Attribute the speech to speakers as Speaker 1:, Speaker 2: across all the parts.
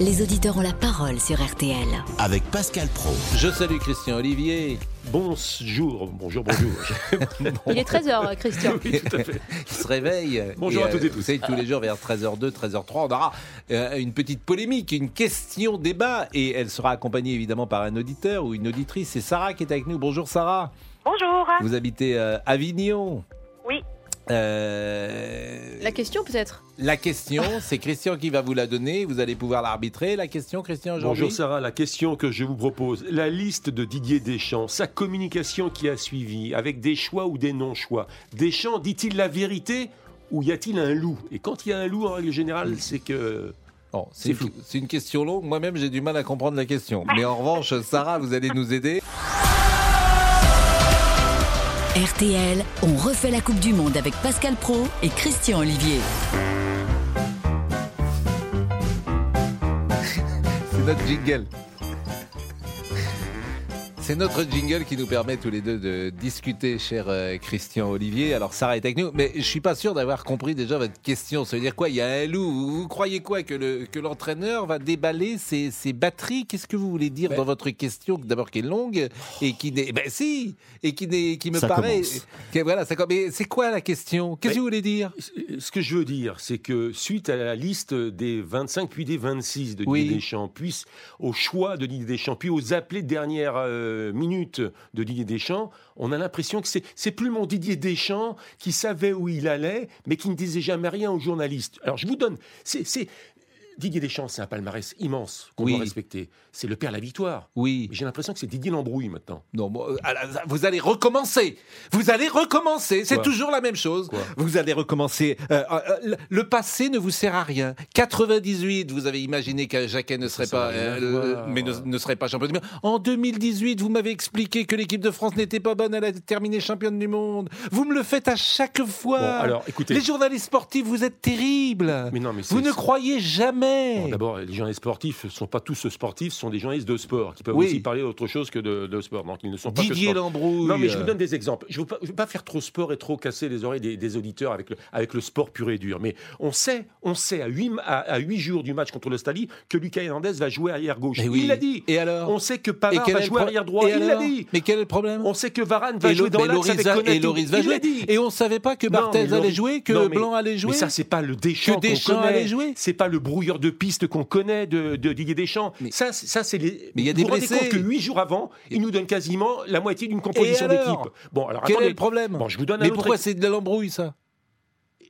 Speaker 1: les auditeurs ont la parole sur RTL.
Speaker 2: avec Pascal Pro.
Speaker 3: Je salue Christian Olivier.
Speaker 4: Bonjour, bonjour, bonjour.
Speaker 5: Il est 13h, Christian.
Speaker 4: oui, tout à fait.
Speaker 3: qui se réveille. euh,
Speaker 4: Bonjour à toutes et tous.
Speaker 3: Vous savez, tous les jours vers 13h02, 13h03, on aura euh, une petite polémique, une question débat. Et elle sera accompagnée évidemment par un auditeur ou une auditrice. C'est Sarah qui est avec nous. Bonjour Sarah.
Speaker 6: Bonjour.
Speaker 3: Vous habitez euh, Avignon.
Speaker 6: Ah. Oui.
Speaker 3: Euh,
Speaker 5: La question, peut-être
Speaker 3: la question, c'est Christian qui va vous la donner. Vous allez pouvoir l'arbitrer. La question, Christian, aujourd'hui.
Speaker 4: Bonjour Sarah, la question que je vous propose, la liste de Didier Deschamps, sa communication qui a suivi, avec des choix ou des non-choix. Deschamps dit-il la vérité ou y a-t-il un loup Et quand il y a un loup, en règle générale, c'est que...
Speaker 3: Bon, c'est
Speaker 4: C'est
Speaker 3: une-
Speaker 4: flou.
Speaker 3: C'est une question longue. Moi-même, j'ai du mal à comprendre la question. Mais en revanche, Sarah, vous allez nous aider.
Speaker 1: RTL, on refait la Coupe du Monde avec Pascal Pro et Christian Olivier.
Speaker 3: C'est notre jingle. C'est notre jingle qui nous permet tous les deux de discuter, cher euh, Christian Olivier. Alors Sarah est avec nous, mais je suis pas sûr d'avoir compris déjà votre question. Ça veut dire quoi Il y a un loup. Vous, vous croyez quoi que le que l'entraîneur va déballer ses, ses batteries Qu'est-ce que vous voulez dire
Speaker 2: Ben
Speaker 3: dans votre question d'abord qui est longue et qui n'est ben si et qui n'est qui me
Speaker 2: Ça
Speaker 3: paraît
Speaker 2: commence.
Speaker 3: que- voilà ça com- mais c'est quoi la question Qu'est-ce que
Speaker 4: Mais-
Speaker 3: vous voulez dire
Speaker 4: Ce que je veux dire, c'est que suite à la liste des 25 puis des 26 de Didier
Speaker 3: Oui.
Speaker 4: Deschamps, puis au choix de Didier Deschamps, puis aux appelés dernières euh, minutes de Didier Deschamps, on a l'impression que c'est c'est plus mon Didier Deschamps qui savait où il allait, mais qui ne disait jamais rien aux journalistes. Alors je vous donne, c'est c'est- Didier Deschamps, c'est un palmarès immense qu'on
Speaker 3: Oui.
Speaker 4: doit respecter. C'est le père de la victoire.
Speaker 3: Oui.
Speaker 4: Mais J'ai l'impression que c'est Didier l'embrouille maintenant.
Speaker 3: Non, bon, euh, à la- vous allez recommencer. Vous allez recommencer. C'est
Speaker 4: Quoi
Speaker 3: toujours la même chose.
Speaker 4: Quoi
Speaker 3: vous allez recommencer. Euh, euh, le- le passé ne vous sert à rien. 98, vous avez imaginé que Jacquet ne serait
Speaker 4: Ça
Speaker 3: pas,
Speaker 4: n'a rien à
Speaker 3: euh,
Speaker 4: voir.
Speaker 3: mais ne, ne serait pas champion du monde. En 2018, vous m'avez expliqué que l'équipe de France n'était pas bonne. Elle a terminé championne du monde. Vous me le faites à chaque fois.
Speaker 4: Bon, alors écoutez,
Speaker 3: euh, Les journalistes sportifs, vous êtes terribles.
Speaker 4: mais non, mais
Speaker 3: vous
Speaker 4: c'est-
Speaker 3: ne croyez
Speaker 4: Bon,
Speaker 3: jamais.
Speaker 4: D'abord, les journalistes sportifs ne sont pas tous sportifs, ce sont des journalistes de sport qui peuvent
Speaker 3: Oui.
Speaker 4: aussi parler d'autre chose que de, de sport. Donc ils ne sont pas que
Speaker 3: Didier
Speaker 4: sportifs.
Speaker 3: Lambrouille.
Speaker 4: Non, mais je vous donne des exemples. Je ne veux, pas- je veux pas faire trop sport et trop casser les oreilles des, des auditeurs avec le, avec le sport pur et dur. Mais on sait, on sait à 8, à, à huit jours du match contre l'Australie que Lucas Hernandez va jouer arrière gauche.
Speaker 3: Mais Eh oui.
Speaker 4: Il l'a dit.
Speaker 3: Et alors
Speaker 4: On sait que Pavard
Speaker 3: quel
Speaker 4: va
Speaker 3: est le
Speaker 4: jouer
Speaker 3: pro-
Speaker 4: arrière droit.
Speaker 3: Et
Speaker 4: Il l'a
Speaker 3: alors
Speaker 4: dit.
Speaker 3: Mais quel est le problème
Speaker 4: On sait que Varane va
Speaker 3: Et
Speaker 4: jouer
Speaker 3: le-
Speaker 4: dans
Speaker 3: mais
Speaker 4: l'axe avec
Speaker 3: Loris va-
Speaker 4: Konaté.
Speaker 3: et Loris va
Speaker 4: Il l'a
Speaker 3: jouer.
Speaker 4: dit.
Speaker 3: Et on savait pas que Barthez
Speaker 4: Non, mais
Speaker 3: allait
Speaker 4: Loris-
Speaker 3: jouer, que
Speaker 4: Non, mais-
Speaker 3: Blanc allait jouer.
Speaker 4: Mais ça, c'est pas le Deschamps
Speaker 3: Que Deschamps
Speaker 4: qu'on connaît.
Speaker 3: allait jouer.
Speaker 4: C'est pas le brouilleur de piste qu'on connaît de, de Didier Deschamps.
Speaker 3: Mais-
Speaker 4: ça, c'est- ça c'est les.
Speaker 3: Mais il y a des
Speaker 4: vous vous rendez
Speaker 3: blessés.
Speaker 4: compte que huit jours avant, il nous donne quasiment la moitié d'une composition
Speaker 3: Et alors
Speaker 4: d'équipe. Bon, alors
Speaker 3: Quel
Speaker 4: attendez.
Speaker 3: est le problème
Speaker 4: Bon, je vous donne un
Speaker 3: Mais
Speaker 4: autre
Speaker 3: pourquoi
Speaker 4: ex-
Speaker 3: c'est de l'embrouille ça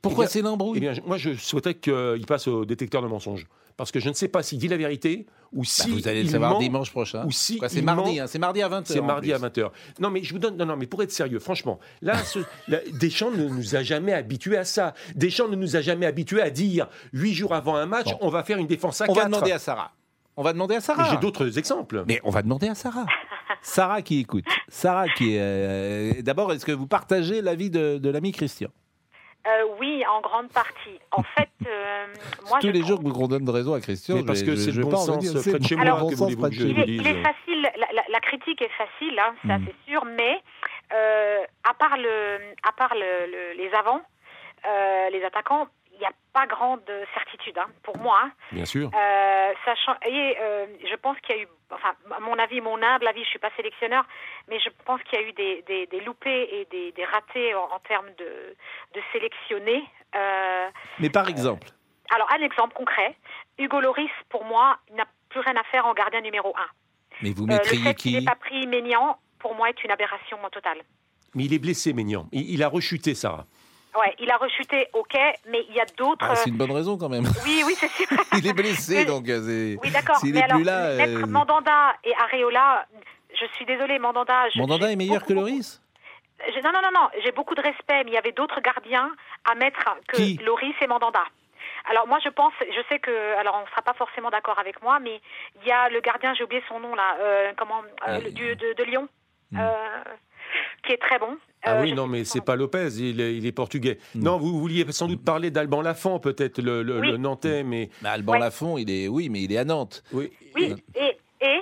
Speaker 3: Pourquoi
Speaker 4: Eh bien-
Speaker 3: c'est
Speaker 4: Eh
Speaker 3: l'embrouille
Speaker 4: bien, je- moi, je souhaitais qu'il passe au détecteur de mensonges, parce que je ne sais pas s'il dit la vérité ou
Speaker 3: Bah,
Speaker 4: si
Speaker 3: Vous allez le
Speaker 4: il
Speaker 3: savoir
Speaker 4: ment.
Speaker 3: dimanche prochain.
Speaker 4: ou si
Speaker 3: Quoi, c'est
Speaker 4: il
Speaker 3: mardi,
Speaker 4: ment-
Speaker 3: hein, c'est mardi à 20h.
Speaker 4: C'est mardi à 20h. Non, mais je vous donne. Non, non, mais pour être sérieux, franchement, là, ce- là, Deschamps ne nous a jamais habitués à ça. Deschamps ne nous a jamais habitués à dire huit jours avant un match,
Speaker 3: Bon.
Speaker 4: on va faire une défense à
Speaker 3: On va
Speaker 4: quatre.
Speaker 3: demander à Sarah. On va demander à
Speaker 4: Et J'ai
Speaker 3: Sarah.
Speaker 4: d'autres exemples.
Speaker 3: Mais on va demander à Sarah. Sarah qui écoute. Sarah qui est. euh, D'abord, est-ce que vous partagez l'avis de, de l'ami Christian
Speaker 6: Euh, oui, en grande partie. En fait, euh, moi,
Speaker 3: Tous
Speaker 6: je
Speaker 3: les
Speaker 6: trouve-
Speaker 3: jours que vous donne raison à Christian,
Speaker 4: Mais
Speaker 3: je
Speaker 4: parce
Speaker 3: vais-
Speaker 4: que
Speaker 3: je-
Speaker 4: c'est
Speaker 3: je
Speaker 4: le
Speaker 3: vais
Speaker 4: bon
Speaker 3: pas en
Speaker 4: sens
Speaker 3: dire.
Speaker 4: près de
Speaker 3: C'est
Speaker 4: chez
Speaker 3: le
Speaker 4: moi
Speaker 3: bon
Speaker 4: que
Speaker 3: sens
Speaker 4: voulez-vous
Speaker 3: près
Speaker 4: que
Speaker 3: de
Speaker 4: je
Speaker 3: chez
Speaker 6: il
Speaker 3: vous. hein.
Speaker 6: est,
Speaker 4: vous
Speaker 6: il est
Speaker 4: dise.
Speaker 6: facile, la, la- la critique est facile, hein, ça
Speaker 3: Mm.
Speaker 6: c'est sûr, mais euh, à part, le, à part le- le- les avants, euh, les attaquants, il n'y a pas grande certitude hein, pour moi. hein.
Speaker 4: Bien sûr.
Speaker 6: Euh, sachant, et, euh, je pense qu'il y a eu, enfin, à mon avis, mon humble avis, je suis pas sélectionneur, mais je pense qu'il y a eu des, des, des loupés et des, des ratés en, en termes de, de sélectionnés. Euh,
Speaker 3: Mais par exemple,
Speaker 6: alors, un exemple concret, Hugo Loris, pour moi, n'a plus rien à faire en gardien numéro 1.
Speaker 3: mais vous
Speaker 6: le
Speaker 3: mettriez
Speaker 6: fait qu'il
Speaker 3: qui
Speaker 6: n'ait pas pris Ménian, pour moi, est une aberration totale.
Speaker 4: Mais il est blessé, Ménian. Il, il a rechuté, Sarah.
Speaker 6: Ouais, il a rechuté, ok, mais il y a d'autres...
Speaker 3: Ah, C'est une bonne raison quand même.
Speaker 6: Oui, oui, c'est sûr.
Speaker 3: Il est blessé,
Speaker 6: Mais-
Speaker 3: donc. euh, c'est-
Speaker 6: Oui, d'accord.
Speaker 3: S'il
Speaker 6: mais
Speaker 3: est
Speaker 6: alors,
Speaker 3: plus là,
Speaker 6: mettre
Speaker 3: euh,
Speaker 6: Mandanda et Areola, je suis désolée, Mandanda. je-
Speaker 3: Mandanda
Speaker 6: j'ai
Speaker 3: est meilleur
Speaker 6: beaucoup-
Speaker 3: que Loris
Speaker 6: j'ai- Non, non, non, non. J'ai beaucoup de respect, mais il y avait d'autres gardiens à mettre que
Speaker 3: Qui
Speaker 6: Loris et Mandanda. Alors moi je pense, je sais que, alors on sera pas forcément d'accord avec moi, mais il y a le gardien, j'ai oublié son nom là, euh, comment, euh,
Speaker 3: Ah,
Speaker 6: le-
Speaker 3: oui.
Speaker 6: du- de, de Lyon, euh, qui est très bon.
Speaker 4: hmm. Ah
Speaker 6: Euh,
Speaker 4: oui,
Speaker 6: je
Speaker 4: non,
Speaker 6: sais
Speaker 4: mais
Speaker 6: son
Speaker 4: c'est
Speaker 6: nom.
Speaker 4: pas Lopez, il est, il est portugais. Non, vous vouliez sans doute parler d'Alban Lafont, peut-être le, le-
Speaker 6: Oui.
Speaker 4: le Nantais, mais
Speaker 3: Mais Alban
Speaker 6: Ouais.
Speaker 3: Lafont, il est oui, mais il est à Nantes.
Speaker 4: oui,
Speaker 6: Oui, et, et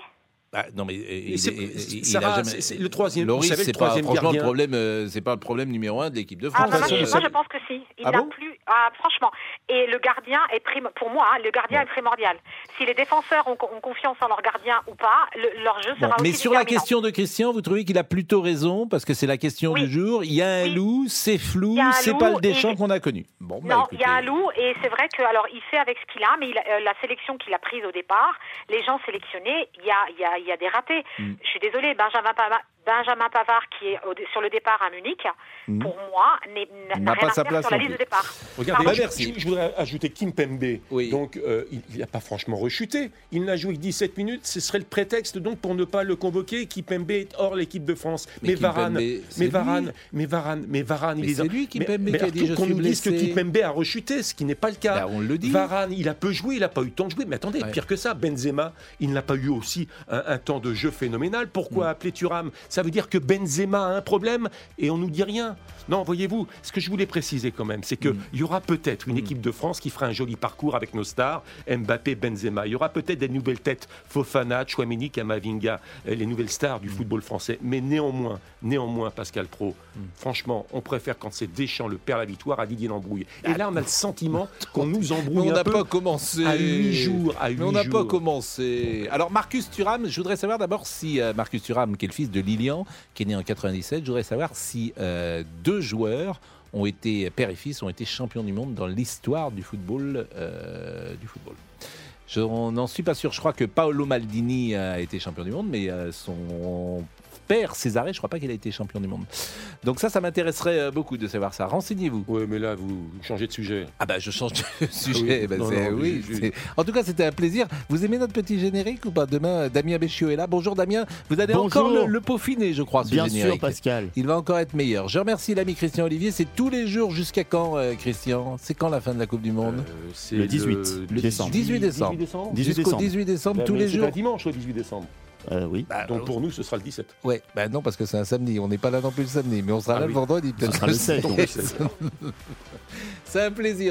Speaker 3: Ah, non, mais euh, il,
Speaker 4: c'est-
Speaker 3: il- il- il
Speaker 4: Sarah,
Speaker 3: a jamais-
Speaker 4: c'est- c'est le troisième-
Speaker 3: Loris,
Speaker 4: vous savez, le
Speaker 3: c'est pas
Speaker 4: troisième
Speaker 3: franchement le
Speaker 4: gardien.
Speaker 3: problème. euh, c'est pas le problème numéro un de l'équipe de
Speaker 6: Ah,
Speaker 3: France.
Speaker 6: bah,
Speaker 4: De toute
Speaker 6: moi,
Speaker 4: façon,
Speaker 6: je-
Speaker 4: vous
Speaker 6: moi, je
Speaker 4: savez-
Speaker 6: pense que si. Il
Speaker 4: Ah
Speaker 6: n'a
Speaker 4: bon
Speaker 6: plus. Ah, franchement. Et le gardien est prim... pour moi, hein, le gardien est primordial. Si les défenseurs ont, ont confiance en leur gardien ou pas, le- leur jeu
Speaker 3: Bon,
Speaker 6: sera aussi
Speaker 3: Mais sur la
Speaker 6: déterminant.
Speaker 3: question de Christian, vous trouvez qu'il a plutôt raison parce que c'est la question
Speaker 6: Oui.
Speaker 3: du jour. Il y a un
Speaker 6: Oui.
Speaker 3: loup, c'est flou,
Speaker 6: Il y a un
Speaker 3: c'est
Speaker 6: loup
Speaker 3: pas le
Speaker 6: et-
Speaker 3: Deschamps qu'on a connu. Bon, bah,
Speaker 6: Non, il y a un
Speaker 3: écoutez.
Speaker 6: loup et c'est vrai que alors il fait avec ce qu'il a, mais il a- euh, la sélection qu'il a prise au départ, les gens sélectionnés, il y a, il y a- il y a des ratés.
Speaker 3: Mm.
Speaker 6: Je suis désolée, Benjamin Pavard, Benjamin Pavard qui est au dé- sur le départ à Munich, pour moi, n'est- n'a-
Speaker 3: Mm. N'a
Speaker 6: n'a
Speaker 3: pas
Speaker 6: rien
Speaker 3: sa
Speaker 6: à faire
Speaker 3: place
Speaker 6: sur la
Speaker 3: non
Speaker 6: liste de
Speaker 3: plus.
Speaker 6: départ.
Speaker 4: Regardez,
Speaker 3: Bah,
Speaker 4: je-
Speaker 3: merci.
Speaker 4: Je, je voudrais ajouter Kim Pembe.
Speaker 3: Oui.
Speaker 4: Donc, euh, il n'a pas franchement rechuté. Il n'a joué que 17 minutes. Ce serait le prétexte donc pour ne pas le convoquer. Kim Pembe est hors l'équipe de France.
Speaker 3: Mais
Speaker 4: Mais,
Speaker 3: Kimpembe,
Speaker 4: Varane,
Speaker 3: c'est
Speaker 4: mais
Speaker 3: lui.
Speaker 4: Varane, mais Varane, mais Varane,
Speaker 3: Mais
Speaker 4: il est
Speaker 3: c'est
Speaker 4: en-
Speaker 3: lui, Kimpembe,
Speaker 4: Mais- mais
Speaker 3: qui a
Speaker 4: alors,
Speaker 3: dit, je
Speaker 4: qu'on
Speaker 3: suis
Speaker 4: nous dise que
Speaker 3: blessé.
Speaker 4: Kimpembe a rechuté, ce qui n'est pas le cas.
Speaker 3: Bah, on le dit.
Speaker 4: Varane, il a peu joué, il n'a pas eu le temps de jouer. Mais attendez,
Speaker 3: Ouais.
Speaker 4: pire que ça, Benzema, il n'a pas eu aussi un, un temps de jeu phénoménal. Pourquoi appeler Thuram Ça veut dire que Benzema a un problème et on nous dit rien. Non, voyez-vous, ce que je voulais préciser quand même, c'est qu'il il y aura peut-être une équipe de France qui fera un joli parcours avec nos stars, Mbappé, Benzema. Il y aura peut-être des nouvelles têtes, Fofana, Chouameni, Kamavinga, euh, les nouvelles stars du football français. Mais néanmoins, néanmoins, Pascal Pro, franchement, on préfère quand c'est Deschamps le perd la victoire à Didier Lambrouille. Et là, on a le sentiment qu'on nous
Speaker 3: Mais
Speaker 4: embrouille
Speaker 3: on
Speaker 4: un
Speaker 3: n'a
Speaker 4: peu.
Speaker 3: pas commencé.
Speaker 4: à huit jours, à
Speaker 3: Mais on
Speaker 4: huit
Speaker 3: n'a pas
Speaker 4: jours.
Speaker 3: commencé. Alors Marcus Thuram, je voudrais savoir d'abord si euh, Marcus Thuram, qui est le fils de Lilian, qui est né en 97, je voudrais savoir si euh, deux joueurs ont été père et fils ont été champions du monde dans l'histoire du football. euh, du football. Je on n'en suis pas sûr. Je crois que Paolo Maldini a été champion du monde, mais euh, son père Césaré, je crois pas qu'il a été champion du monde. Donc ça, ça m'intéresserait euh, beaucoup de savoir ça. Renseignez-vous.
Speaker 4: Oui, mais là, vous changez de sujet.
Speaker 3: Ah bah je change de sujet.
Speaker 4: oui.
Speaker 3: Bah,
Speaker 4: Non,
Speaker 3: c'est-
Speaker 4: non, mais
Speaker 3: oui,
Speaker 4: je- je-
Speaker 3: c'est- En tout cas, c'était un plaisir. Vous aimez notre petit générique ou pas Demain, euh, Damien Béchiot est là. Bonjour Damien. Vous allez
Speaker 2: Bonjour.
Speaker 3: encore le, le peaufiner, je crois, ce
Speaker 2: Bien
Speaker 3: générique.
Speaker 2: sûr, Pascal.
Speaker 3: Il va encore être meilleur. Je remercie l'ami Christian Olivier. C'est tous les jours jusqu'à quand, euh, Christian C'est quand la fin de la Coupe du Monde
Speaker 4: Euh, c'est
Speaker 2: le 18 décembre.
Speaker 3: 18 décembre.
Speaker 2: 18
Speaker 3: Jusqu'au
Speaker 2: décembre.
Speaker 3: 18 décembre,
Speaker 4: Bah,
Speaker 3: tous
Speaker 4: mais
Speaker 3: les
Speaker 4: c'est
Speaker 3: jours.
Speaker 4: un dimanche, le 18 décembre.
Speaker 2: Euh, oui.
Speaker 3: Bah,
Speaker 4: Donc pour nous, ce sera le 17.
Speaker 3: ouais, bah non, parce que c'est un samedi. On n'est pas là non plus le samedi, mais on sera
Speaker 4: Ah
Speaker 3: là le
Speaker 4: oui.
Speaker 3: vendredi.
Speaker 2: Ce
Speaker 3: peut-être.
Speaker 2: sera le 16. donc.
Speaker 3: C'est un plaisir.